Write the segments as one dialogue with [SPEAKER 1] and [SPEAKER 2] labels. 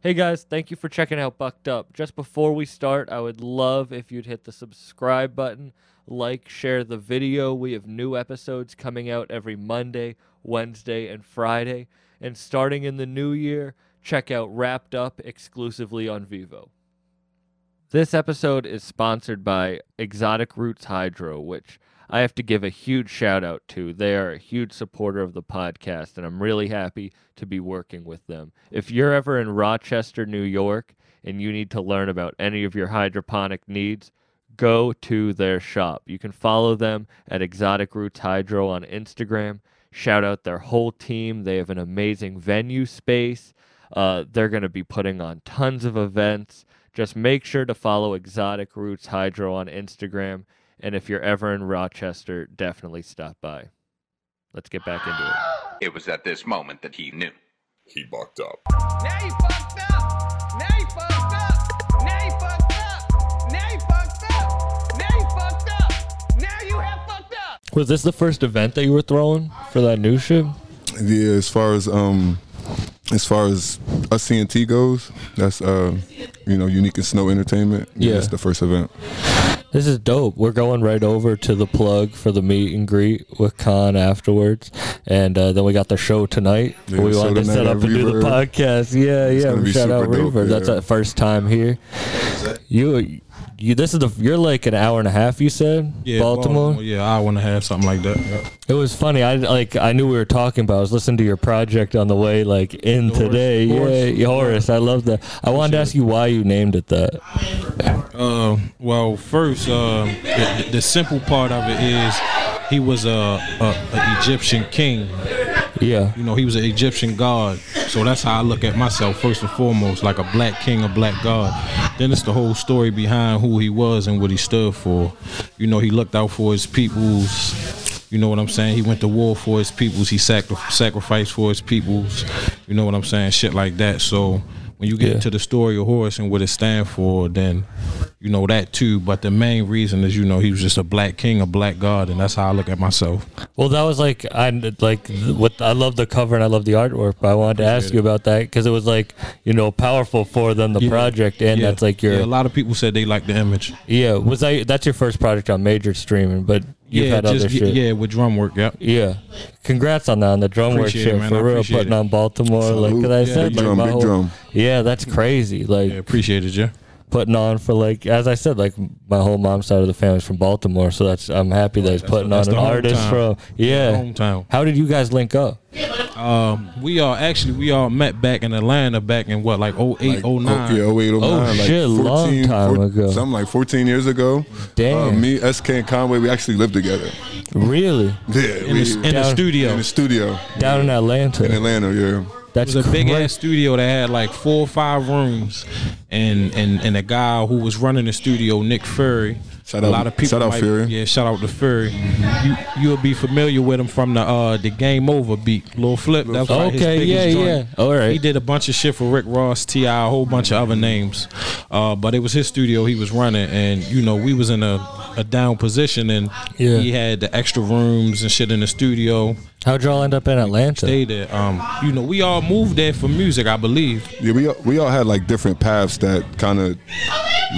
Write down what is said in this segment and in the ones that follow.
[SPEAKER 1] Hey guys, thank you for checking out Bucked Up. Just before we start, I would love if you'd hit the subscribe button, like, share the video. We have new episodes coming out every Monday, Wednesday, and Friday. And starting in the new year, check out Wrapped Up exclusively on Vivo. This episode is sponsored by Exotic Roots Hydro, which I have to give a huge shout out to. They are a huge supporter of the podcast, and I'm really happy to be working with them. If you're ever in Rochester, New York, and you need to learn about any of your hydroponic needs, go to their shop. You can follow them at Exotic Roots Hydro on Instagram. Shout out their whole team. They have an amazing venue space. Uh, they're going to be putting on tons of events. Just make sure to follow Exotic Roots Hydro on Instagram. And if you're ever in Rochester, definitely stop by. Let's get back into it.
[SPEAKER 2] It was at this moment that he knew.
[SPEAKER 3] He bucked up.
[SPEAKER 4] Now you fucked up. Now you fucked up. Now you fucked up. Now you fucked up. Now you fucked up. Now you have fucked up.
[SPEAKER 1] Was this the first event that you were throwing for that new shit?
[SPEAKER 3] Yeah, as far as um, as far as us CNT goes, that's uh, you know, unique and snow entertainment.
[SPEAKER 1] Yeah.
[SPEAKER 3] that's the first event.
[SPEAKER 1] This is dope. We're going right over to the plug for the meet and greet with Khan afterwards, and uh, then we got the show tonight.
[SPEAKER 3] Yeah,
[SPEAKER 1] we
[SPEAKER 3] show
[SPEAKER 1] wanted to
[SPEAKER 3] tonight
[SPEAKER 1] set
[SPEAKER 3] at
[SPEAKER 1] up and do the
[SPEAKER 3] Reverb.
[SPEAKER 1] podcast. Yeah,
[SPEAKER 3] gonna
[SPEAKER 1] yeah.
[SPEAKER 3] be
[SPEAKER 1] Shout out
[SPEAKER 3] super dope,
[SPEAKER 1] Reverb. That's
[SPEAKER 3] yeah.
[SPEAKER 1] our first time here. You, you. This is the. You're like an hour and a half. You said Baltimore.
[SPEAKER 5] Yeah, I want to have something like that.
[SPEAKER 1] It was funny. I like. I knew we were talking, but I was listening to your project on the way, like in today.
[SPEAKER 5] Horace.
[SPEAKER 1] Yeah, Horace. I love that. I wanted to ask you why you named it that.
[SPEAKER 5] Uh, well, first, uh, the, the simple part of it is he was a, a, a Egyptian king.
[SPEAKER 1] Yeah.
[SPEAKER 5] You know, he was an Egyptian god. So that's how I look at myself first and foremost, like a black king, a black god. Then it's the whole story behind who he was and what he stood for. You know, he looked out for his peoples. You know what I'm saying? He went to war for his peoples. He sacri- sacrificed for his peoples. You know what I'm saying? Shit like that. So when you get
[SPEAKER 1] Yeah.
[SPEAKER 5] into the story of Horus and what it stands for, then you know that too. But the main reason is, you know, he was just a black king, a black god, and that's how I look at myself.
[SPEAKER 1] Well, that was like I like th- what I love the cover and I love the artwork, but I wanted to ask you about that because it was like you know powerful for them the
[SPEAKER 5] Yeah.
[SPEAKER 1] project and
[SPEAKER 5] Yeah.
[SPEAKER 1] that's like your
[SPEAKER 5] Yeah, a
[SPEAKER 1] yeah,
[SPEAKER 5] lot of people said they like the image.
[SPEAKER 1] was I that's your first project on major streaming, but you've
[SPEAKER 5] yeah,
[SPEAKER 1] had other
[SPEAKER 5] y-
[SPEAKER 1] shit. Yeah.
[SPEAKER 5] Yeah, with drum work. Yep.
[SPEAKER 1] congrats on that on the drum work
[SPEAKER 5] Appreciate it,
[SPEAKER 1] shit
[SPEAKER 5] man. I
[SPEAKER 1] for real,
[SPEAKER 5] appreciate
[SPEAKER 1] putting
[SPEAKER 5] it.
[SPEAKER 1] on Baltimore like 'cause I
[SPEAKER 5] Yeah,
[SPEAKER 1] said,
[SPEAKER 5] big
[SPEAKER 1] like
[SPEAKER 3] drum,
[SPEAKER 1] my
[SPEAKER 3] big
[SPEAKER 1] whole,
[SPEAKER 3] drum.
[SPEAKER 1] yeah, that's crazy. Like
[SPEAKER 5] Yeah, appreciate it, yeah.
[SPEAKER 1] putting on for like as I said, like my whole mom's side of the family's from Baltimore, so that's I'm happy that he's putting on
[SPEAKER 5] that's
[SPEAKER 1] an
[SPEAKER 5] the
[SPEAKER 1] artist from
[SPEAKER 5] hometown.
[SPEAKER 1] yeah.
[SPEAKER 5] Hometown.
[SPEAKER 1] How did you guys link up?
[SPEAKER 5] Um, we all actually we all met back in Atlanta back in what like 08,
[SPEAKER 3] Like, oh,
[SPEAKER 5] 09.
[SPEAKER 3] yeah, 08, 09,
[SPEAKER 1] Oh,
[SPEAKER 3] like
[SPEAKER 1] shit, long time ago.
[SPEAKER 3] Something like 14 years ago. Uh,
[SPEAKER 1] Damn.
[SPEAKER 3] me, SK, and Conway, we actually lived together.
[SPEAKER 1] Really?
[SPEAKER 3] Yeah,
[SPEAKER 5] in,
[SPEAKER 3] we,
[SPEAKER 5] the, in the
[SPEAKER 1] Down-
[SPEAKER 5] studio.
[SPEAKER 3] in the studio
[SPEAKER 1] Down in Atlanta.
[SPEAKER 3] in Atlanta, yeah.
[SPEAKER 1] That's
[SPEAKER 5] It was a big
[SPEAKER 1] cra-
[SPEAKER 5] ass studio that had like four or five rooms, and and and a guy who was running the studio, Nick Fury.
[SPEAKER 3] Shout
[SPEAKER 5] a
[SPEAKER 3] out-
[SPEAKER 5] lot of people.
[SPEAKER 3] shout out
[SPEAKER 5] might-
[SPEAKER 3] Fury.
[SPEAKER 5] Yeah, shout out to Fury. You you'll be familiar with him from the uh the Game Over beat, Lil Flip. That was like his
[SPEAKER 1] Okay,
[SPEAKER 5] biggest
[SPEAKER 1] yeah,
[SPEAKER 5] joint.
[SPEAKER 1] yeah. All right.
[SPEAKER 5] He did a bunch of shit for Rick Ross, Ti, a whole bunch of other names. Uh, but it was his studio he was running, and you know we was in a a down position, and
[SPEAKER 1] Yeah.
[SPEAKER 5] he had the extra rooms and shit in the studio.
[SPEAKER 1] How'd y'all end up in Atlanta?
[SPEAKER 5] They there. Um, you know, we all moved there for music, I believe.
[SPEAKER 3] Yeah, we all, we all had like different paths that kind of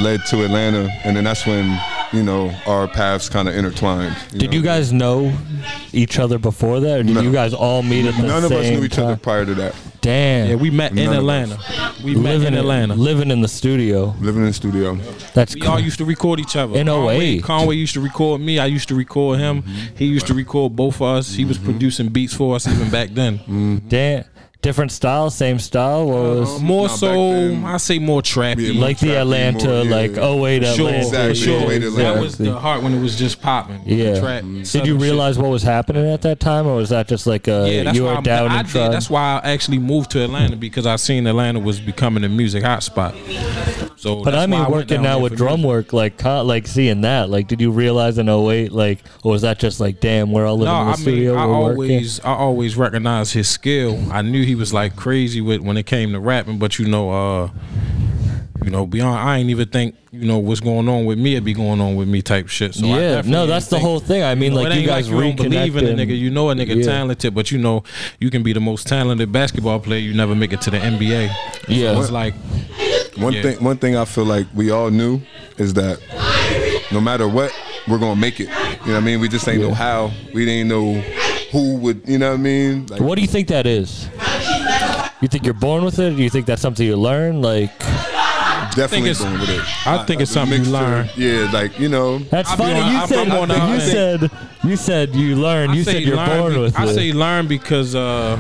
[SPEAKER 3] led to Atlanta, and then that's when you know our paths kind of intertwined.
[SPEAKER 1] did
[SPEAKER 3] know?
[SPEAKER 1] you guys know each other before that, or did
[SPEAKER 3] No.
[SPEAKER 1] you guys all meet at the
[SPEAKER 3] None of us
[SPEAKER 1] same
[SPEAKER 3] knew each other
[SPEAKER 1] time?
[SPEAKER 3] prior to that.
[SPEAKER 1] Damn.
[SPEAKER 5] Yeah, we met in
[SPEAKER 3] None of
[SPEAKER 5] Atlanta. We met
[SPEAKER 1] living
[SPEAKER 5] in Atlanta.
[SPEAKER 1] living in the studio.
[SPEAKER 3] Living in the studio.
[SPEAKER 1] That's
[SPEAKER 5] we all
[SPEAKER 1] cra-
[SPEAKER 5] used to record each other.
[SPEAKER 1] In
[SPEAKER 5] Conway,
[SPEAKER 1] 08.
[SPEAKER 5] Conway used to record me. I used to record him. He used to record both of us. He was
[SPEAKER 1] Mm-hmm.
[SPEAKER 5] producing beats for us even back then.
[SPEAKER 1] damn different style, same style. What
[SPEAKER 5] Uh,
[SPEAKER 1] was
[SPEAKER 5] more
[SPEAKER 3] Nah, back
[SPEAKER 5] so,
[SPEAKER 3] then-
[SPEAKER 5] I say more trappy.
[SPEAKER 3] Yeah,
[SPEAKER 1] like the
[SPEAKER 3] trappy
[SPEAKER 1] Atlanta,
[SPEAKER 3] more, yeah.
[SPEAKER 1] like oh wait,
[SPEAKER 5] sure,
[SPEAKER 1] Atlanta.
[SPEAKER 3] exactly.
[SPEAKER 5] for sure.
[SPEAKER 3] Wait, Atlanta.
[SPEAKER 5] That was the heart when it was just popping.
[SPEAKER 1] yeah.
[SPEAKER 5] Trap,
[SPEAKER 1] Did you
[SPEAKER 5] southern shit.
[SPEAKER 1] realize what was happening at that time, or was that just like a
[SPEAKER 5] Yeah, that's
[SPEAKER 1] you
[SPEAKER 5] why
[SPEAKER 1] were
[SPEAKER 5] I'm-
[SPEAKER 1] down
[SPEAKER 5] I
[SPEAKER 1] and
[SPEAKER 5] did-
[SPEAKER 1] trying?
[SPEAKER 5] That's why I actually moved to Atlanta because I seen Atlanta was becoming a music hotspot. So,
[SPEAKER 1] But
[SPEAKER 5] that's
[SPEAKER 1] I mean,
[SPEAKER 5] why went
[SPEAKER 1] working
[SPEAKER 5] down
[SPEAKER 1] now
[SPEAKER 5] there
[SPEAKER 1] with
[SPEAKER 5] for
[SPEAKER 1] drum work, like, co- like seeing that, like, did you realize in 08, like, or was that just like, damn, we're all living in the studio,
[SPEAKER 5] I
[SPEAKER 1] we're
[SPEAKER 5] always, I always recognized his skill. I knew he was like crazy with when it came to rapping, but you know, uh, You know, beyond I ain't even think you know what's going on with me. It be going on with me type shit. So I
[SPEAKER 1] yeah,
[SPEAKER 5] definitely
[SPEAKER 1] no, that's the
[SPEAKER 5] think-
[SPEAKER 1] whole thing. I mean,
[SPEAKER 5] know,
[SPEAKER 1] like
[SPEAKER 5] it
[SPEAKER 1] you
[SPEAKER 5] ain't
[SPEAKER 1] guys
[SPEAKER 5] like you don't believe in a
[SPEAKER 1] reconnected.
[SPEAKER 5] nigga. You know a nigga
[SPEAKER 1] Yeah.
[SPEAKER 5] talented, but you know you can be the most talented basketball player. You never make it to the NBA.
[SPEAKER 1] Yeah.
[SPEAKER 5] so it's like
[SPEAKER 3] One
[SPEAKER 5] Yeah.
[SPEAKER 3] thing, one thing I feel like we all knew is that no matter what, we're gonna make it. You know what I mean? We just ain't know how. We didn't know who would. You know what I mean? Like,
[SPEAKER 1] What do you think that is? You think you're born with it? Do you think that's something you learn? Like
[SPEAKER 3] definitely
[SPEAKER 5] I think it's-
[SPEAKER 3] going with it.
[SPEAKER 5] I think it's
[SPEAKER 3] the
[SPEAKER 5] something you
[SPEAKER 3] mixture,
[SPEAKER 5] learn.
[SPEAKER 3] Yeah, like you know.
[SPEAKER 1] that's
[SPEAKER 5] I'll be
[SPEAKER 1] funny.
[SPEAKER 5] on-
[SPEAKER 1] You
[SPEAKER 5] I'm-
[SPEAKER 1] said
[SPEAKER 5] I'm on the-
[SPEAKER 1] you said you said you learn.
[SPEAKER 5] I
[SPEAKER 1] You
[SPEAKER 5] say
[SPEAKER 1] said you're
[SPEAKER 5] learn
[SPEAKER 1] born
[SPEAKER 5] be-
[SPEAKER 1] with
[SPEAKER 5] I say
[SPEAKER 1] it.
[SPEAKER 5] learn because uh,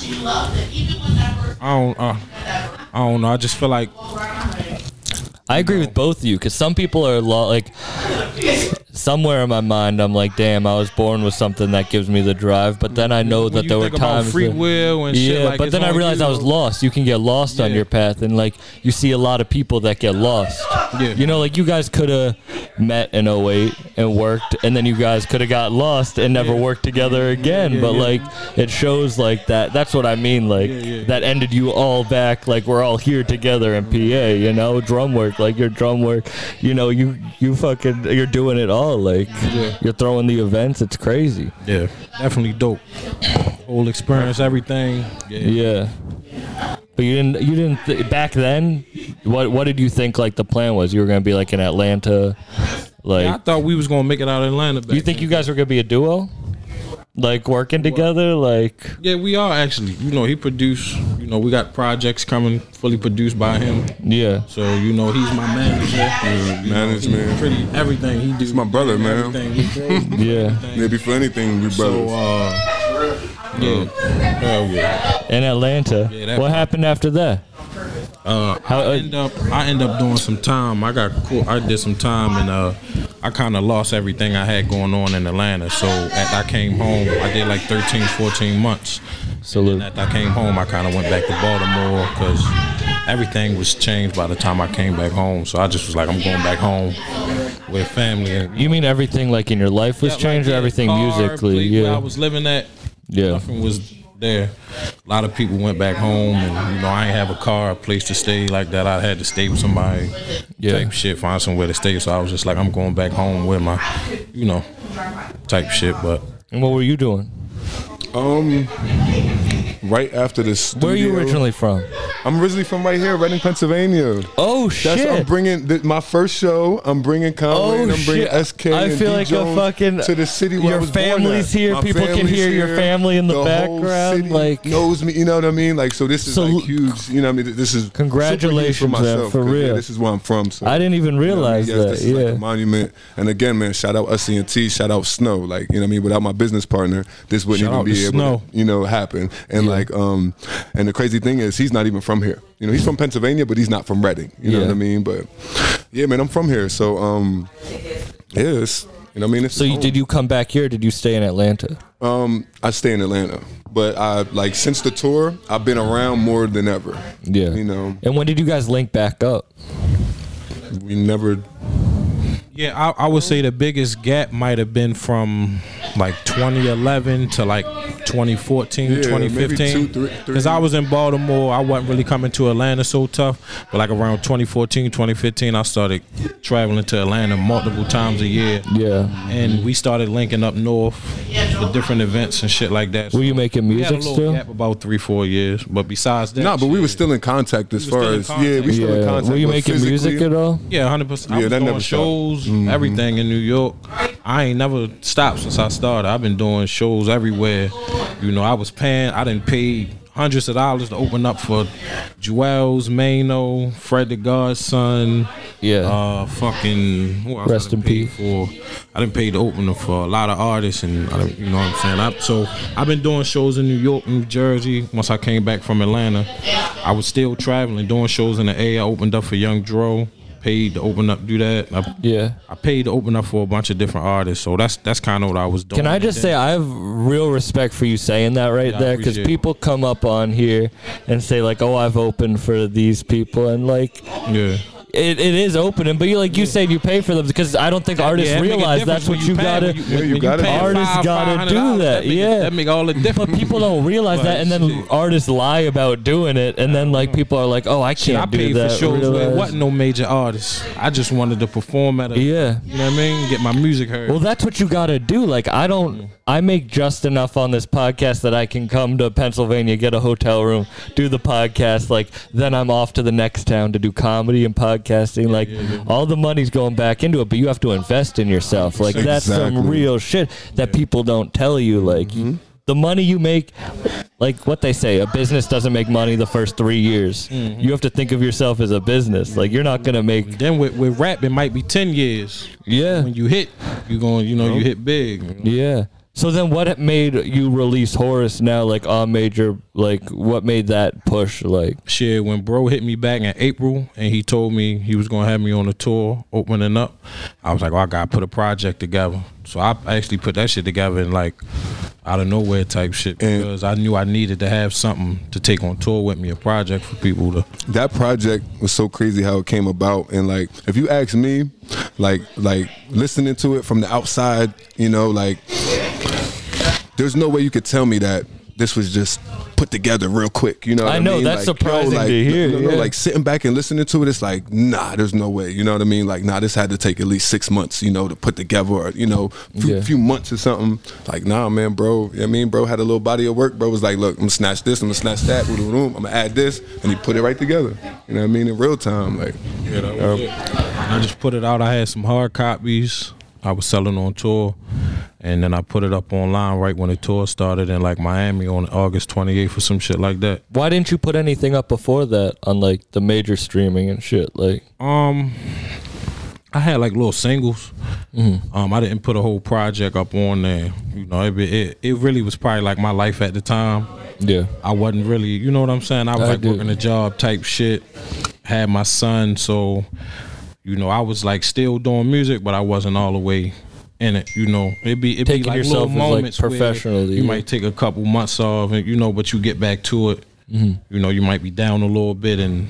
[SPEAKER 6] She loved it, even whenever.
[SPEAKER 5] I don't uh, I don't know. I just feel like
[SPEAKER 1] I agree with both of you because some people are lo- like somewhere in my mind I'm like, damn, I was born with something that gives me the drive. But then I know
[SPEAKER 5] when
[SPEAKER 1] that
[SPEAKER 5] you
[SPEAKER 1] there were
[SPEAKER 5] think about
[SPEAKER 1] times
[SPEAKER 5] free
[SPEAKER 1] that-
[SPEAKER 5] will and shit.
[SPEAKER 1] yeah,
[SPEAKER 5] like,
[SPEAKER 1] but
[SPEAKER 5] it's
[SPEAKER 1] then I
[SPEAKER 5] on
[SPEAKER 1] realized
[SPEAKER 5] you.
[SPEAKER 1] I was lost. You can get lost on
[SPEAKER 5] Yeah.
[SPEAKER 1] your path, and like you see a lot of people that get lost.
[SPEAKER 5] Yeah.
[SPEAKER 1] You know, like you guys could have met in 08 and worked, and then you guys could have got lost and never worked together again.
[SPEAKER 5] yeah,
[SPEAKER 1] but
[SPEAKER 5] yeah.
[SPEAKER 1] like it shows like that. That's what I mean. Like
[SPEAKER 5] yeah.
[SPEAKER 1] that ended you all back. Like we're all here together in PA. You know, drum work. Like your drum work. You know, you you fucking you're doing it all. Like you're throwing the events. It's crazy.
[SPEAKER 5] Yeah, definitely dope. Whole experience, everything. Yeah.
[SPEAKER 1] Yeah. But you didn't. You didn't th- back then. What What did you think? Like the plan was you were gonna be like in Atlanta. Like
[SPEAKER 5] I thought we was gonna make it out of Atlanta. Back
[SPEAKER 1] you think you guys were gonna be a duo? Like working together. Like
[SPEAKER 5] Yeah, we are actually. You know, he produced. You know, we got projects coming fully produced by him.
[SPEAKER 1] yeah.
[SPEAKER 5] So you know, he's my manager. You know, he
[SPEAKER 3] management.
[SPEAKER 5] pretty everything he do. He's
[SPEAKER 3] my brother, man.
[SPEAKER 5] Everything we
[SPEAKER 1] Yeah.
[SPEAKER 3] Maybe for anything, we brothers.
[SPEAKER 5] So uh, yeah, hell yeah.
[SPEAKER 1] In Atlanta.
[SPEAKER 5] Yeah, that
[SPEAKER 1] what
[SPEAKER 5] part.
[SPEAKER 1] happened after that? Uh, How,
[SPEAKER 5] I
[SPEAKER 1] uh,
[SPEAKER 5] end up, I end up doing some time. I got, cool, I did some time, and uh, I kind of lost everything I had going on in Atlanta. So after I came home, I did like 13, 14 months.
[SPEAKER 1] salute.
[SPEAKER 5] After I came home, I kind of went back to Baltimore because everything was changed by the time I came back home. So I just was like, I'm going back home with family. And
[SPEAKER 1] You mean everything like in your life was changed, or everything
[SPEAKER 5] Car,
[SPEAKER 1] musically?
[SPEAKER 5] place Where I
[SPEAKER 1] Yeah.
[SPEAKER 5] was living at,
[SPEAKER 1] Yeah.
[SPEAKER 5] nothing was there. A lot of people went back home, and you know, I ain't have a car, a place to stay like that. I had to stay with somebody.
[SPEAKER 1] Yeah.
[SPEAKER 5] Type shit, find somewhere to stay. So I was just like, I'm going back home with my, you know, type shit. But
[SPEAKER 1] And what were you doing?
[SPEAKER 5] uh,
[SPEAKER 3] Um, right after the studio.
[SPEAKER 1] Where are you originally from?
[SPEAKER 3] I'm originally from right here, Reading, Pennsylvania.
[SPEAKER 1] Oh shit!
[SPEAKER 3] That's I'm bringing th- my first show. I'm bringing Conway. and
[SPEAKER 1] Oh,
[SPEAKER 3] I'm bringing
[SPEAKER 1] shit.
[SPEAKER 3] SK.
[SPEAKER 1] I
[SPEAKER 3] and
[SPEAKER 1] feel
[SPEAKER 3] D
[SPEAKER 1] like a
[SPEAKER 3] Jones
[SPEAKER 1] fucking-
[SPEAKER 3] to the city where
[SPEAKER 1] your
[SPEAKER 3] I was born at.
[SPEAKER 1] family's here.
[SPEAKER 3] My
[SPEAKER 1] People can
[SPEAKER 3] family's
[SPEAKER 1] hear your
[SPEAKER 3] here.
[SPEAKER 1] family in the
[SPEAKER 3] whole
[SPEAKER 1] background,
[SPEAKER 3] city
[SPEAKER 1] like-
[SPEAKER 3] knows me. You know what I mean? Like so, this is
[SPEAKER 1] So-
[SPEAKER 3] like huge. You know what I mean? This is super huge
[SPEAKER 1] Congratulations, man,
[SPEAKER 3] for myself.
[SPEAKER 1] for
[SPEAKER 3] 'cause, yeah,
[SPEAKER 1] real.
[SPEAKER 3] this is where I'm from. So.
[SPEAKER 1] I didn't even
[SPEAKER 3] You know what I mean?
[SPEAKER 1] realize
[SPEAKER 3] Yes,
[SPEAKER 1] that.
[SPEAKER 3] this is
[SPEAKER 1] yeah.
[SPEAKER 3] like a monument. And again, man, shout out Usy and T, shout out Snow. Like, you know what I mean? Without my business partner, this wouldn't
[SPEAKER 5] Shout out
[SPEAKER 3] even
[SPEAKER 5] to
[SPEAKER 3] be able
[SPEAKER 5] Snow.
[SPEAKER 3] to, you know, happen. And like, um, and the crazy thing is he's not even from here. You know, he's from Pennsylvania, but he's not from Reading. You know
[SPEAKER 1] Yeah.
[SPEAKER 3] what I mean? But yeah, man, I'm from here. So um yeah, it's you know what I mean? It's
[SPEAKER 1] So you, did you come back here? Or did you stay in Atlanta?
[SPEAKER 3] um I stay in Atlanta. But I like since the tour, I've been around more than ever.
[SPEAKER 1] Yeah.
[SPEAKER 3] You know,
[SPEAKER 1] And when did you guys link back up?
[SPEAKER 3] we never
[SPEAKER 5] yeah, I, I would say the biggest gap might have been from like 2011 to like 2014,
[SPEAKER 3] Yeah, maybe
[SPEAKER 5] 2015.
[SPEAKER 3] two, three- three.
[SPEAKER 5] Because I was in Baltimore, I wasn't really coming to Atlanta so tough. But like around 2014, 2015, I started traveling to Atlanta multiple times a year.
[SPEAKER 1] Yeah.
[SPEAKER 5] And we started linking up north for different events and shit like that. So
[SPEAKER 1] Were you making
[SPEAKER 5] we had a
[SPEAKER 1] music
[SPEAKER 5] little
[SPEAKER 1] still?
[SPEAKER 5] gap about three, four years. But besides that,
[SPEAKER 3] No, but we
[SPEAKER 5] shit,
[SPEAKER 3] were still in contact as
[SPEAKER 5] were
[SPEAKER 3] far
[SPEAKER 5] still in
[SPEAKER 3] as yeah, we
[SPEAKER 5] contact.
[SPEAKER 3] still in
[SPEAKER 1] Yeah.
[SPEAKER 3] contact.
[SPEAKER 1] Were you
[SPEAKER 3] but
[SPEAKER 1] making music
[SPEAKER 3] physically-
[SPEAKER 1] at all?
[SPEAKER 5] Yeah, hundred percent. I
[SPEAKER 3] Yeah,
[SPEAKER 5] was
[SPEAKER 3] that
[SPEAKER 5] doing
[SPEAKER 3] never stopped. Mm-hmm.
[SPEAKER 5] shows, everything in New York. I ain't never stopped since I started. I've been doing shows everywhere. You know, I was paying. I didn't pay hundreds of dollars to open up for Jewels, Mano, Fred the Godson.
[SPEAKER 1] Yeah.
[SPEAKER 5] Uh, fucking. Who else
[SPEAKER 1] Rest
[SPEAKER 5] I done
[SPEAKER 1] in
[SPEAKER 5] paid
[SPEAKER 1] peace.
[SPEAKER 5] For I didn't pay to open up for a lot of artists, and I done- you know what I'm saying. I, so I've been doing shows in New York, New Jersey. Once I came back from Atlanta, I was still traveling, doing shows in the A. I opened up for Young Dro, paid to open up, do that. I,
[SPEAKER 1] yeah.
[SPEAKER 5] I paid to open up for a bunch of different artists. So that's that's kind of what I was doing.
[SPEAKER 1] Can I just say I have real respect for you saying that right
[SPEAKER 5] Yeah, I
[SPEAKER 1] there because
[SPEAKER 5] appreciate it.
[SPEAKER 1] people come up on here and say like, "Oh, I've opened for these people," and like
[SPEAKER 5] Yeah.
[SPEAKER 1] it, it is opening, but you like you said you pay for them because I don't think artists
[SPEAKER 5] Yeah, it make a
[SPEAKER 1] realize that's
[SPEAKER 5] difference
[SPEAKER 1] what
[SPEAKER 5] when
[SPEAKER 1] you
[SPEAKER 5] pay-
[SPEAKER 1] gotta.
[SPEAKER 5] when
[SPEAKER 3] Yeah,
[SPEAKER 5] when
[SPEAKER 3] you gotta
[SPEAKER 5] pay
[SPEAKER 3] do that.
[SPEAKER 1] Artists
[SPEAKER 5] five-
[SPEAKER 1] gotta
[SPEAKER 5] $500,
[SPEAKER 1] do that,
[SPEAKER 5] make it-
[SPEAKER 1] yeah.
[SPEAKER 5] that make all the difference.
[SPEAKER 1] but people don't realize that, and then
[SPEAKER 5] Shit.
[SPEAKER 1] artists lie about doing it, and then like people are like, "Oh, I
[SPEAKER 5] Shit, I
[SPEAKER 1] can't do
[SPEAKER 5] paid for
[SPEAKER 1] that."
[SPEAKER 5] shows where it
[SPEAKER 1] realize-
[SPEAKER 5] wasn't no major artists. I just wanted to perform at a,
[SPEAKER 1] Yeah.
[SPEAKER 5] you know what I mean? Get my music heard.
[SPEAKER 1] Well, that's what you gotta do. Like, I don't. I make just enough on this podcast that I can come to Pennsylvania, get a hotel room, do the podcast. Like, then I'm off to the next town to do comedy and podcasting. Like, all the money's going back into it, but you have to invest in yourself. Like, that's some
[SPEAKER 3] Exactly.
[SPEAKER 1] real shit that people don't tell you. Like. The money you make, like what they say, a business doesn't make money the first three years. You have to think of yourself as a business. Like you're not gonna make,
[SPEAKER 5] then with, with rap, it might be 10 years.
[SPEAKER 1] yeah.
[SPEAKER 5] When you hit, you going, you know, you hit big.
[SPEAKER 1] Yeah. So then, what made you release Horace now, like on major? Like, what made that push? Like,
[SPEAKER 5] Shit, when bro hit me back in April and he told me he was gonna have me on a tour opening up, I was like, oh, I gotta put a project together. So I actually put that shit together in like out of nowhere type shit
[SPEAKER 3] And-
[SPEAKER 5] because I knew I needed to have something to take on tour with me, a project for people to.
[SPEAKER 3] that project was so crazy how it came about and like if you ask me like like listening to it from the outside you know like there's no way you could tell me that this was just put together real quick you know what
[SPEAKER 1] I
[SPEAKER 3] i,
[SPEAKER 1] know,
[SPEAKER 3] mean?
[SPEAKER 1] that's
[SPEAKER 3] Like,
[SPEAKER 1] surprising
[SPEAKER 3] like,
[SPEAKER 1] to hear,
[SPEAKER 3] no, no,
[SPEAKER 1] yeah.
[SPEAKER 3] like sitting back and listening to it it's like nah there's no way you know what i mean like nah this had to take at least six months you know to put together or you know few,
[SPEAKER 1] Yeah.
[SPEAKER 3] few months or something like nah man bro you know what i mean bro had a little body of work bro was like look i'm gonna snatch this i'm gonna snatch that i'm gonna add this and he put it right together you know what i mean in real time like you know
[SPEAKER 5] I just put it out. I had some hard copies. I was selling on tour, and then I put it up online right when the tour started in like Miami on August 28th or some shit like that.
[SPEAKER 1] why didn't you put anything up before that on like the major streaming and shit? Like,
[SPEAKER 5] Um, I had like little singles. Um, I didn't put a whole project up on there. You know, it, it it really was probably like my life at the time.
[SPEAKER 1] yeah,
[SPEAKER 5] I wasn't really, you know what I'm saying? I was
[SPEAKER 1] I
[SPEAKER 5] like
[SPEAKER 1] do.
[SPEAKER 5] working a job type shit. Had my son, so you know, I was like still doing music, but I wasn't all the way in it. You know, it'd be it'd
[SPEAKER 1] Taking
[SPEAKER 5] be like
[SPEAKER 1] yourself
[SPEAKER 5] little
[SPEAKER 1] as, like,
[SPEAKER 5] moments where
[SPEAKER 1] professionally,
[SPEAKER 5] You
[SPEAKER 1] yeah.
[SPEAKER 5] might take a couple months off, and you know, but you get back to it.
[SPEAKER 1] Mm-hmm.
[SPEAKER 5] You know, you might be down a little bit, and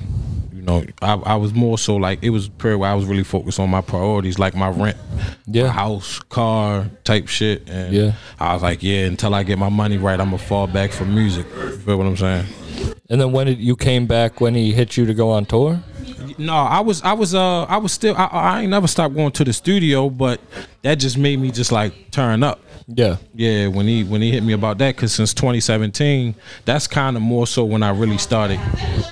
[SPEAKER 5] you know, I, I was more so like it was a period where I was really focused on my priorities, like my rent,
[SPEAKER 1] Yeah.
[SPEAKER 5] my house, car type shit, and
[SPEAKER 1] Yeah.
[SPEAKER 5] I was like, yeah, until I get my money right, I'm gonna fall back for music. You feel what I'm saying?
[SPEAKER 1] and then when did you came back when he hit you to go on tour?
[SPEAKER 5] No, I was, I was, uh, I was still, I, I ain't never stopped going to the studio, but that just made me just like turn up.
[SPEAKER 1] Yeah,
[SPEAKER 5] Yeah, when he when he hit me about that, cause since 2017, that's kind of more so when I really started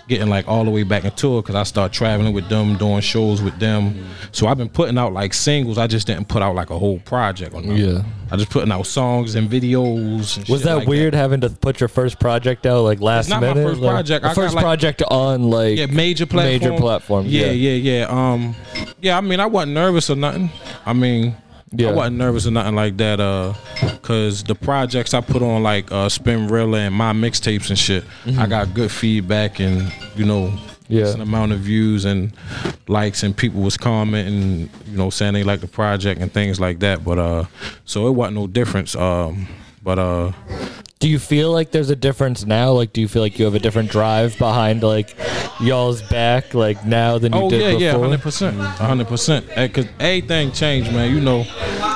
[SPEAKER 5] getting like all the way back into it, cause I started traveling with them, doing shows with them. So I've been putting out like singles. I just didn't put out like a whole project on them.
[SPEAKER 1] Yeah.
[SPEAKER 5] I just putting out songs and videos. and
[SPEAKER 1] was
[SPEAKER 5] shit
[SPEAKER 1] that
[SPEAKER 5] like
[SPEAKER 1] weird having to put your first project out like last
[SPEAKER 5] not my
[SPEAKER 1] minute?
[SPEAKER 5] first
[SPEAKER 1] Like,
[SPEAKER 5] project.
[SPEAKER 1] the
[SPEAKER 5] I got,
[SPEAKER 1] first
[SPEAKER 5] like-
[SPEAKER 1] project on like
[SPEAKER 5] Yeah, major platform.
[SPEAKER 1] major platforms.
[SPEAKER 5] Yeah, yeah, yeah. Um, yeah. I mean, I wasn't nervous or nothing. I mean,
[SPEAKER 1] Yeah.
[SPEAKER 5] I wasn't nervous or nothing like that. Uh, cause the projects I put on like uh, Spin Rilla and my mixtapes and shit, I got good feedback and you know.
[SPEAKER 1] Mm-hmm. Yeah.
[SPEAKER 5] decent amount of views and likes and people was commenting, you know, saying they like the project and things like that. But uh, so it wasn't no difference. Um, but uh,
[SPEAKER 1] Do you feel like there's a difference now? Like, do you feel like you have a different drive behind like y'all's back like now than you
[SPEAKER 5] Oh
[SPEAKER 1] did before?
[SPEAKER 5] yeah, yeah,
[SPEAKER 1] Mm-hmm.
[SPEAKER 5] hundred percent, hundred percent. Cause everything changed, man. You know,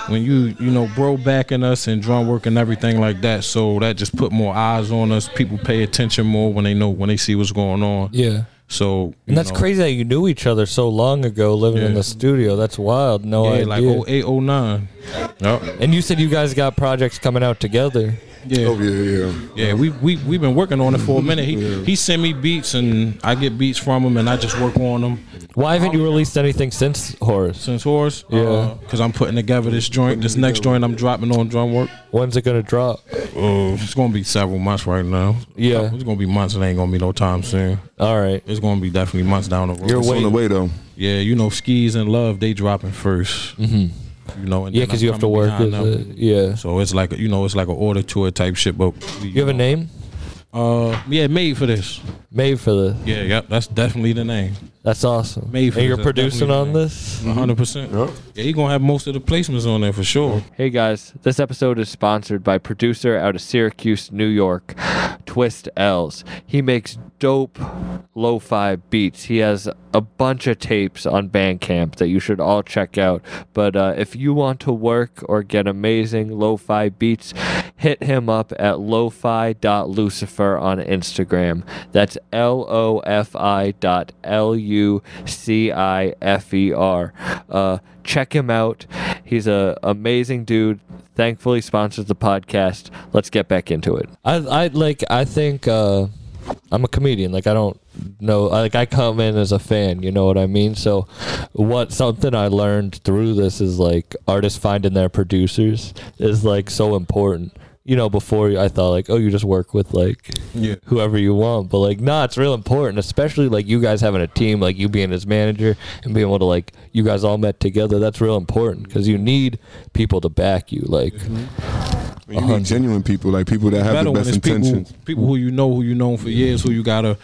[SPEAKER 5] when you you know bro backing us and drum work and everything like that, so that just put more eyes on us. People pay attention more when they know when they see what's going on.
[SPEAKER 1] yeah.
[SPEAKER 5] So you
[SPEAKER 1] And that's
[SPEAKER 5] know,
[SPEAKER 1] crazy that you knew each other so long ago, living in the
[SPEAKER 5] Yeah.
[SPEAKER 1] studio. That's wild. No
[SPEAKER 5] Yeah,
[SPEAKER 1] idea.
[SPEAKER 5] like oh, 08, 09. Yep.
[SPEAKER 1] and you said you guys got projects coming out together.
[SPEAKER 5] Yeah.
[SPEAKER 3] oh yeah yeah
[SPEAKER 5] Yeah, we we we've been working on it for a minute. He he send me beats and I get beats from him and I just work on them.
[SPEAKER 1] Why haven't you released anything since Horace?
[SPEAKER 5] Since horse,
[SPEAKER 1] Yeah.
[SPEAKER 5] because I'm putting together this joint, this next joint I'm dropping on drum work.
[SPEAKER 1] When's it gonna drop?
[SPEAKER 5] Oh, it's gonna be several months right now. Uh,
[SPEAKER 1] Yeah.
[SPEAKER 5] it's gonna be months. It ain't gonna be no time soon.
[SPEAKER 1] All right.
[SPEAKER 5] It's gonna be definitely months down the road.
[SPEAKER 1] You're
[SPEAKER 3] it's on the
[SPEAKER 1] waiting.
[SPEAKER 3] way though
[SPEAKER 5] yeah, you know, skis and love they dropping 1st Mm-hmm. You know, and
[SPEAKER 1] Yeah,
[SPEAKER 5] then
[SPEAKER 1] because
[SPEAKER 5] I'm
[SPEAKER 1] you have to
[SPEAKER 5] coming
[SPEAKER 1] work with
[SPEAKER 5] behind them.
[SPEAKER 1] it. Yeah.
[SPEAKER 5] So it's like a, you know, it's like an order tour type shit. But we,
[SPEAKER 1] You have a name?
[SPEAKER 5] Uh, yeah, made for this.
[SPEAKER 1] Made for the.
[SPEAKER 5] Yeah, yep, that's definitely the name.
[SPEAKER 1] That's awesome.
[SPEAKER 5] Made for
[SPEAKER 1] and you're
[SPEAKER 5] this, that's
[SPEAKER 1] producing
[SPEAKER 5] definitely
[SPEAKER 1] on
[SPEAKER 5] the name.
[SPEAKER 1] this.
[SPEAKER 5] 100. percent Yeah, you gonna have most of the placements on there for sure.
[SPEAKER 7] Hey guys, this episode is sponsored by producer out of Syracuse, New York, twist L's. He makes dope lo fi beats. He has a bunch of tapes on Bandcamp that you should all check out. But uh, if you want to work or get amazing lo fi beats, hit him up at lofi.lucifer on Instagram. That's L O F I dot L U C I F E R. Uh, check him out. He's a amazing dude. Thankfully sponsors the podcast. Let's get back into it.
[SPEAKER 1] I I like I think uh I'm a comedian. Like I don't know like I come in as a fan, you know what I mean? So what something I learned through this is like artists finding their producers is like so important. You know, before I thought like, oh, you just work with like
[SPEAKER 5] Yeah.
[SPEAKER 1] whoever you want, but like, nah, it's real important, especially like you guys having a team, like you being his manager and being able to like you guys all met together. That's real important because you need people to back you. Like,
[SPEAKER 3] You need genuine people, like people that have
[SPEAKER 5] Better
[SPEAKER 3] the
[SPEAKER 5] when
[SPEAKER 3] best
[SPEAKER 5] it's people,
[SPEAKER 3] intentions.
[SPEAKER 5] people who you know, who you known for years, who you got a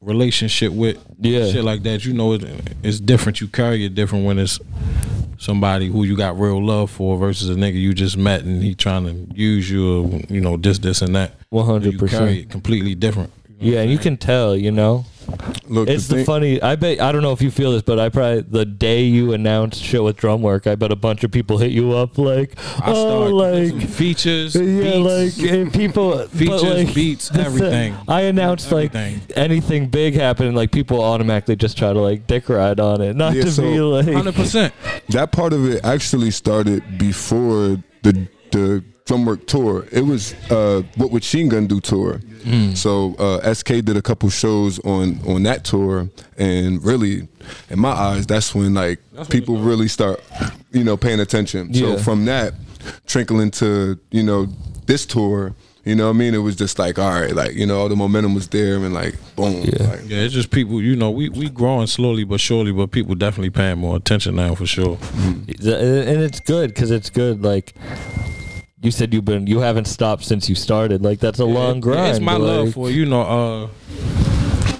[SPEAKER 5] relationship with,
[SPEAKER 1] Yeah.
[SPEAKER 5] shit like that. You know, it, it's different. You carry it different when it's somebody who you got real love for versus a nigga you just met and he trying to use you, or, you know, this, this, and that.
[SPEAKER 1] One hundred
[SPEAKER 5] You
[SPEAKER 1] percent.
[SPEAKER 5] carry it completely different.
[SPEAKER 1] yeah, and you can tell, you know,
[SPEAKER 3] Look,
[SPEAKER 1] it's the
[SPEAKER 3] thing-
[SPEAKER 1] funny. I bet I don't know if you feel this, but I probably the day you announced shit with drum work, I bet a bunch of people hit you up like,
[SPEAKER 5] I
[SPEAKER 1] oh,
[SPEAKER 5] start
[SPEAKER 1] like
[SPEAKER 5] features,
[SPEAKER 1] Yeah,
[SPEAKER 5] beats.
[SPEAKER 1] like and people but,
[SPEAKER 5] Features,
[SPEAKER 1] like,
[SPEAKER 5] beats,
[SPEAKER 1] the thing-
[SPEAKER 5] everything.
[SPEAKER 1] I announced
[SPEAKER 5] Everything.
[SPEAKER 1] like anything big happening, like people automatically just try to like dick ride on it, not
[SPEAKER 3] Yeah,
[SPEAKER 1] to
[SPEAKER 3] so-
[SPEAKER 1] be like.
[SPEAKER 5] hundred percent.
[SPEAKER 3] that part of it actually started before the the drumwork tour. It was uh, what would Sheen Gun do tour. So uh, SK did a couple shows on on that tour, and really, in my eyes, that's when like people really start, you know, paying attention. So
[SPEAKER 1] Yeah.
[SPEAKER 3] from that, trickling to you know this tour. You know what I mean? It was just like, all right, like, you know, all the momentum was there and like, boom. Like,
[SPEAKER 5] Yeah, it's just people. You know, we we growing slowly but surely, but people definitely paying more attention now for sure.
[SPEAKER 1] and it's good because it's good. Like you said, you've been you haven't stopped since you started. Like that's a long
[SPEAKER 5] Yeah,
[SPEAKER 1] grind.
[SPEAKER 5] It's my
[SPEAKER 1] like,
[SPEAKER 5] love for you know. uh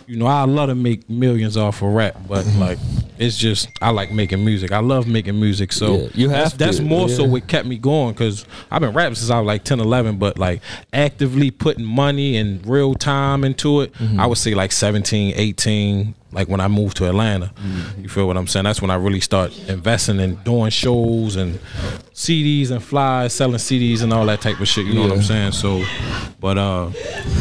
[SPEAKER 5] You know, I love to make millions off of rap, but like, it's just I like making music. I love making music, so
[SPEAKER 1] Yeah, you have
[SPEAKER 5] that's, that's
[SPEAKER 1] to,
[SPEAKER 5] more so
[SPEAKER 1] yeah.
[SPEAKER 5] what kept me going because I've been rapping since I was like 10, 11, but like actively putting money and real time into it, I would say like 17, 18. Like when I moved to Atlanta, you feel what I'm saying? That's when I really start investing in doing shows and CDs and flyers, selling CDs and all that type of shit. You know what I'm saying? So, but uh,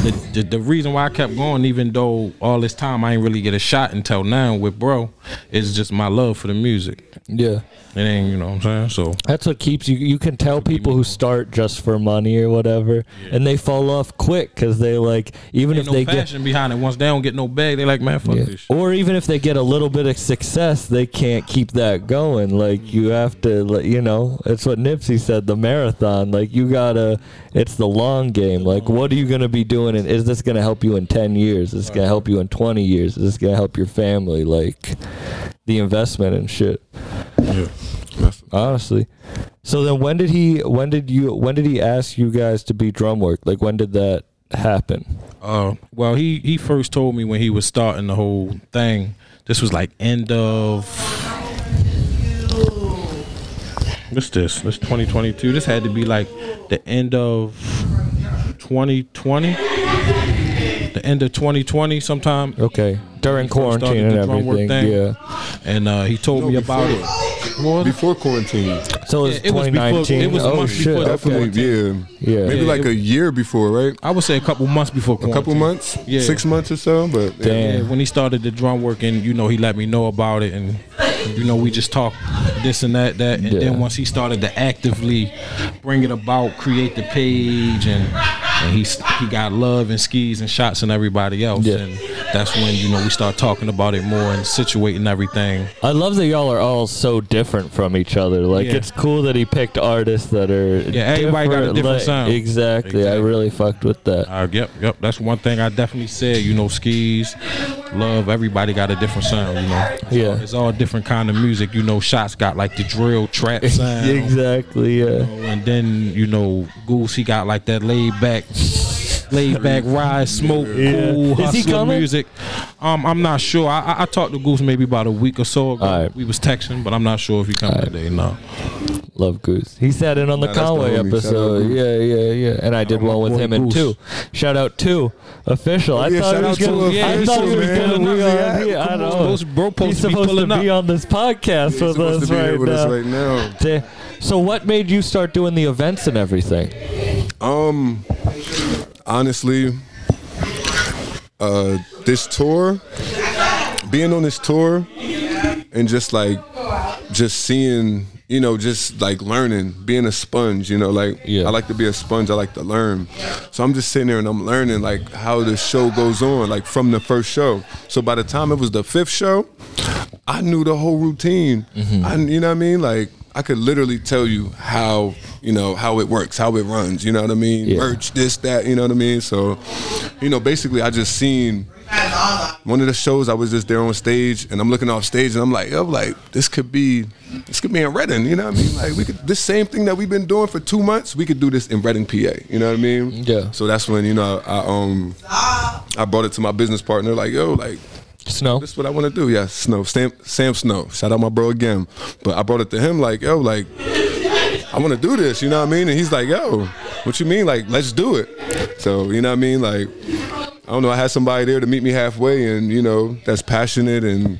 [SPEAKER 5] the, the the reason why I kept going, even though all this time I ain't really get a shot until now with bro, is just my love for the music.
[SPEAKER 1] Yeah.
[SPEAKER 5] It ain't, you know what I'm saying? So
[SPEAKER 1] That's what keeps you. You can tell people who start just for money or whatever, and they fall off quick because they like even if
[SPEAKER 5] ain't no
[SPEAKER 1] they
[SPEAKER 5] passion behind it. Once they don't get no bag, they like, man, fuck
[SPEAKER 1] get
[SPEAKER 5] this shit.
[SPEAKER 1] or even if they get a little bit of success, they can't keep that going. Like you have to, like, you know, it's what Nipsey said: the marathon. Like you gotta, it's the long game. Like what are you gonna be doing, and is this gonna help you in ten years? Is this gonna help you in twenty years? Is this gonna help your family? Like the investment and shit. honestly. So then, when did he? When did you? When did he ask you guys to be drum work? Like, when did that happen?
[SPEAKER 5] Uh, well, he he first told me when he was starting the whole thing. This was like end of. What's this? This 2022. This had to be like the end of 2020. The end of 2020, sometime.
[SPEAKER 1] Okay, during
[SPEAKER 5] He first started
[SPEAKER 1] quarantine and
[SPEAKER 5] the drum work
[SPEAKER 1] everything.
[SPEAKER 5] thing.
[SPEAKER 1] Yeah.
[SPEAKER 5] And uh, he told
[SPEAKER 3] No,
[SPEAKER 5] me about
[SPEAKER 3] before
[SPEAKER 5] it. What?
[SPEAKER 3] Before quarantine.
[SPEAKER 1] So it was
[SPEAKER 5] Yeah, it was before-
[SPEAKER 1] 2019.
[SPEAKER 5] it was a
[SPEAKER 1] oh
[SPEAKER 5] month
[SPEAKER 1] shit.
[SPEAKER 5] before that.
[SPEAKER 3] Definitely, yeah.
[SPEAKER 1] Yeah.
[SPEAKER 3] Maybe
[SPEAKER 5] Yeah,
[SPEAKER 3] like
[SPEAKER 5] it-
[SPEAKER 3] a year before, right?
[SPEAKER 5] I would say a couple months before.
[SPEAKER 3] a couple
[SPEAKER 5] quarantine.
[SPEAKER 3] months,
[SPEAKER 5] Yeah.
[SPEAKER 3] six months or so. But yeah.
[SPEAKER 1] Damn.
[SPEAKER 5] Yeah, when he started the drum work, and you know, he let me know about it, and you know, we just talked this and that, that, and
[SPEAKER 1] Yeah.
[SPEAKER 5] then once he started to actively bring it about, create the page, and and he s- he got love and skis and shots and everybody else,
[SPEAKER 1] Yeah.
[SPEAKER 5] and that's when you know we start talking about it more and situating everything.
[SPEAKER 1] I love that y'all are all so different from each other. Like,
[SPEAKER 5] Yeah.
[SPEAKER 1] it's cool that he picked artists that are
[SPEAKER 5] Yeah, everybody got a different
[SPEAKER 1] like-
[SPEAKER 5] sound.
[SPEAKER 1] Exactly. I really fucked with that.
[SPEAKER 5] Uh, yep, yep, that's one thing I definitely said. You know, skis, love. Everybody got a different sound. You know, It's
[SPEAKER 1] Yeah.
[SPEAKER 5] all- it's all different kind of music. You know, shots got like the drill trap sound.
[SPEAKER 1] exactly. Yeah.
[SPEAKER 5] And then you know, Goose he got like that laid back, laid back ride, smoke, cool,
[SPEAKER 1] Is he
[SPEAKER 5] hustler
[SPEAKER 1] coming?
[SPEAKER 5] music. Um, I'm not sure. I, I I talked to Goose maybe about a week or so ago.
[SPEAKER 1] Alright.
[SPEAKER 5] We was texting, but I'm not sure if he coming today. No,
[SPEAKER 1] Love Goose. He sat in on the
[SPEAKER 3] Nah, that's the
[SPEAKER 1] Conway
[SPEAKER 3] homie. Shout out
[SPEAKER 1] episode.
[SPEAKER 3] Goose.
[SPEAKER 1] Yeah, yeah, yeah. And I did one with
[SPEAKER 5] boy
[SPEAKER 1] him and two.
[SPEAKER 5] Goose.
[SPEAKER 1] Shout out two official. I
[SPEAKER 3] yeah,
[SPEAKER 1] thought
[SPEAKER 3] shout
[SPEAKER 1] he was
[SPEAKER 3] out to
[SPEAKER 1] gonna. Yeah, I
[SPEAKER 3] Official,
[SPEAKER 1] thought he was
[SPEAKER 3] man.
[SPEAKER 1] gonna be
[SPEAKER 3] Yeah,
[SPEAKER 1] on. here. I
[SPEAKER 3] come on.
[SPEAKER 1] know.
[SPEAKER 5] Supposed- bro supposed
[SPEAKER 1] He's
[SPEAKER 5] to be
[SPEAKER 1] supposed to
[SPEAKER 5] pulling
[SPEAKER 1] be on this podcast
[SPEAKER 3] He's
[SPEAKER 1] with
[SPEAKER 3] supposed
[SPEAKER 1] us
[SPEAKER 3] to be here
[SPEAKER 1] right
[SPEAKER 3] with us
[SPEAKER 1] now.
[SPEAKER 3] right now.
[SPEAKER 1] Da- So, what made you start doing the events and everything?
[SPEAKER 3] Um, honestly, uh, this tour, being on this tour, and just like, just seeing, you know, just like learning, being a sponge, you know, like
[SPEAKER 1] Yeah.
[SPEAKER 3] I like to be a sponge. I like to learn, so I'm just sitting there and I'm learning like how the show goes on, like from the first show. So by the time it was the fifth show, I knew the whole routine.
[SPEAKER 1] Mm-hmm.
[SPEAKER 3] I, you know what I mean? Like I could literally tell you how you know how it works, how it runs. You know what I mean?
[SPEAKER 1] Yeah.
[SPEAKER 3] Merch, this, that. You know what I mean? So, you know, basically, I just seen one of the shows. I was just there on stage, and I'm looking off stage, and I'm like, yo, like this could be, this could be in Reading. You know what I mean? Like we could this same thing that we've been doing for two months. We could do this in Reading, PA. You know what I mean?
[SPEAKER 1] Yeah.
[SPEAKER 3] So that's when you know I um I brought it to my business partner, like yo, like
[SPEAKER 1] Snow.
[SPEAKER 3] this is what I want to do. Yeah, Snow, Sam, Sam Snow. Shout out my bro again. But I brought it to him like, yo, like, I want to do this. You know what I mean? And he's like, yo, what you mean? Like, let's do it. So you know what I mean? Like, I don't know. I had somebody there to meet me halfway, and you know, that's passionate, and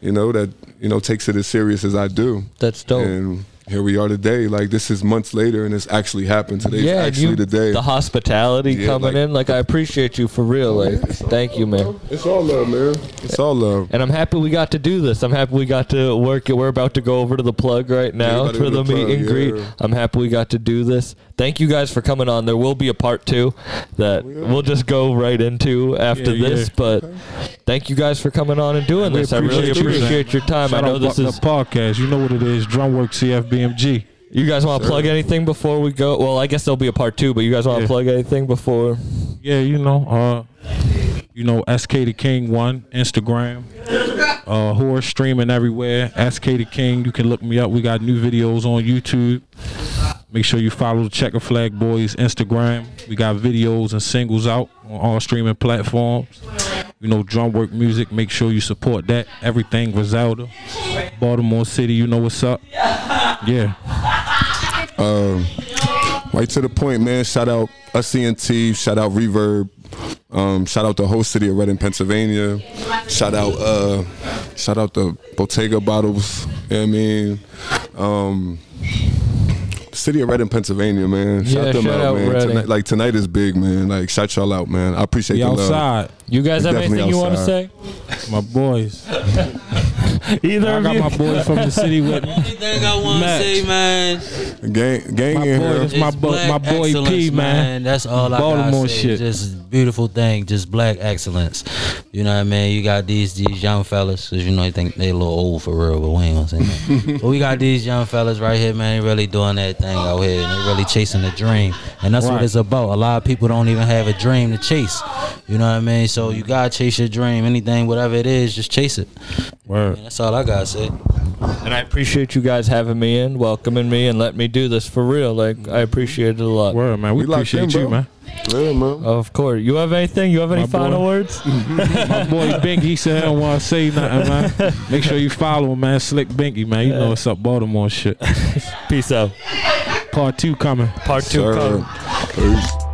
[SPEAKER 3] you know that you know takes it as serious as I do.
[SPEAKER 1] That's dope.
[SPEAKER 3] And here we are today. Like this is months later, and it's actually happened. Today's
[SPEAKER 1] yeah, and
[SPEAKER 3] actually
[SPEAKER 1] you,
[SPEAKER 3] the day.
[SPEAKER 1] the hospitality
[SPEAKER 3] Yeah,
[SPEAKER 1] coming
[SPEAKER 3] like-
[SPEAKER 1] in. Like, I appreciate you for real. Like, thank you, man.
[SPEAKER 3] it's all love, man. It's all love.
[SPEAKER 1] And I'm happy we got to do this. I'm happy we got to work. it. We're about to go over to the plug right now
[SPEAKER 3] about to
[SPEAKER 1] for
[SPEAKER 3] do
[SPEAKER 1] the,
[SPEAKER 3] the
[SPEAKER 1] meet
[SPEAKER 3] plug,
[SPEAKER 1] and greet.
[SPEAKER 3] yeah.
[SPEAKER 1] I'm happy we got to do this. Thank you guys for coming on. There will be a part two that
[SPEAKER 3] Oh,
[SPEAKER 1] we'll just go right into after
[SPEAKER 5] Yeah, yeah.
[SPEAKER 1] this. But thank you guys for coming on and doing this. I really
[SPEAKER 5] appreciate you, man.
[SPEAKER 1] appreciate your time.
[SPEAKER 5] Shout
[SPEAKER 1] I know
[SPEAKER 5] out
[SPEAKER 1] this
[SPEAKER 5] Buck Nut
[SPEAKER 1] is.
[SPEAKER 5] podcast. You know what it is. Drumwork CFBMG.
[SPEAKER 1] You guys want to plug anything before we go? Well, I guess there'll be a part two. But you guys want to
[SPEAKER 5] Yeah.
[SPEAKER 1] plug anything before?
[SPEAKER 5] Yeah, you know, uh, you know, SK the King one Instagram, uh, horror streaming everywhere. SK the King, you can look me up. We got new videos on YouTube. Make sure you follow the Checker Flag Boys Instagram. We got videos and singles out on all streaming platforms. You know, drum work music. Make sure you support that. Everything Griselda, Baltimore City. You know what's up. Yeah,
[SPEAKER 3] Right to the point, man. Shout out UCNT. Shout out Reverb. Um, shout out the whole city of Reading, Pennsylvania. Shout out, uh, shout out the Bottega bottles. You know what I mean, um, city of Reading, Pennsylvania, man. Shout
[SPEAKER 1] Yeah,
[SPEAKER 3] them
[SPEAKER 1] shout
[SPEAKER 3] out,
[SPEAKER 1] out
[SPEAKER 3] man.
[SPEAKER 1] Reading.
[SPEAKER 3] Tonight, like tonight is big, man. Like shout y'all out, man. I appreciate
[SPEAKER 5] be
[SPEAKER 3] the love.
[SPEAKER 5] outside,
[SPEAKER 1] You guys
[SPEAKER 3] We're
[SPEAKER 1] have
[SPEAKER 3] definitely
[SPEAKER 1] anything you want to say?
[SPEAKER 3] outside.
[SPEAKER 5] my boys.
[SPEAKER 1] Either
[SPEAKER 5] I
[SPEAKER 1] of
[SPEAKER 5] got
[SPEAKER 1] you.
[SPEAKER 5] my boys from the city with me.
[SPEAKER 8] Thing I want to
[SPEAKER 5] Max.
[SPEAKER 8] say, man.
[SPEAKER 3] Gang, gang
[SPEAKER 5] My
[SPEAKER 3] in
[SPEAKER 5] boy,
[SPEAKER 3] here.
[SPEAKER 5] this- It's my
[SPEAKER 8] is
[SPEAKER 5] bo-
[SPEAKER 8] black
[SPEAKER 5] my boy
[SPEAKER 8] excellence,
[SPEAKER 5] P, man.
[SPEAKER 8] That's all I
[SPEAKER 5] Baltimore
[SPEAKER 8] gotta say.
[SPEAKER 5] shit.
[SPEAKER 8] Just beautiful thing, just black excellence. You know what I mean? You got these these young fellas, 'cause you know they think they a little old for real, but we ain't gonna say that. but we got these young fellas right here, man. They really doing that thing out here, and they really chasing the dream, and that's what
[SPEAKER 5] Right.
[SPEAKER 8] it's about. A lot of people don't even have a dream to chase. You know what I mean? So you gotta chase your dream, anything, whatever it is, just chase it.
[SPEAKER 5] Word.
[SPEAKER 8] And that's all I gotta say.
[SPEAKER 1] And I appreciate you guys having me in, welcoming me, and letting me do this for real. Like I appreciate it a lot.
[SPEAKER 5] Word, man. We,
[SPEAKER 3] We locked in,
[SPEAKER 5] appreciate you,
[SPEAKER 3] bro.
[SPEAKER 5] man.
[SPEAKER 3] Yeah, man.
[SPEAKER 1] Of course. You have anything? You have any
[SPEAKER 5] My boy.
[SPEAKER 1] final words?
[SPEAKER 5] My boy Binky said I don't want to say nothing, man. Make sure you follow him, man. Slick Binky, man. You know what's up, Baltimore shit.
[SPEAKER 1] Peace out.
[SPEAKER 5] Part two coming.
[SPEAKER 1] Part two.
[SPEAKER 3] Sir.
[SPEAKER 1] Come.
[SPEAKER 3] Peace.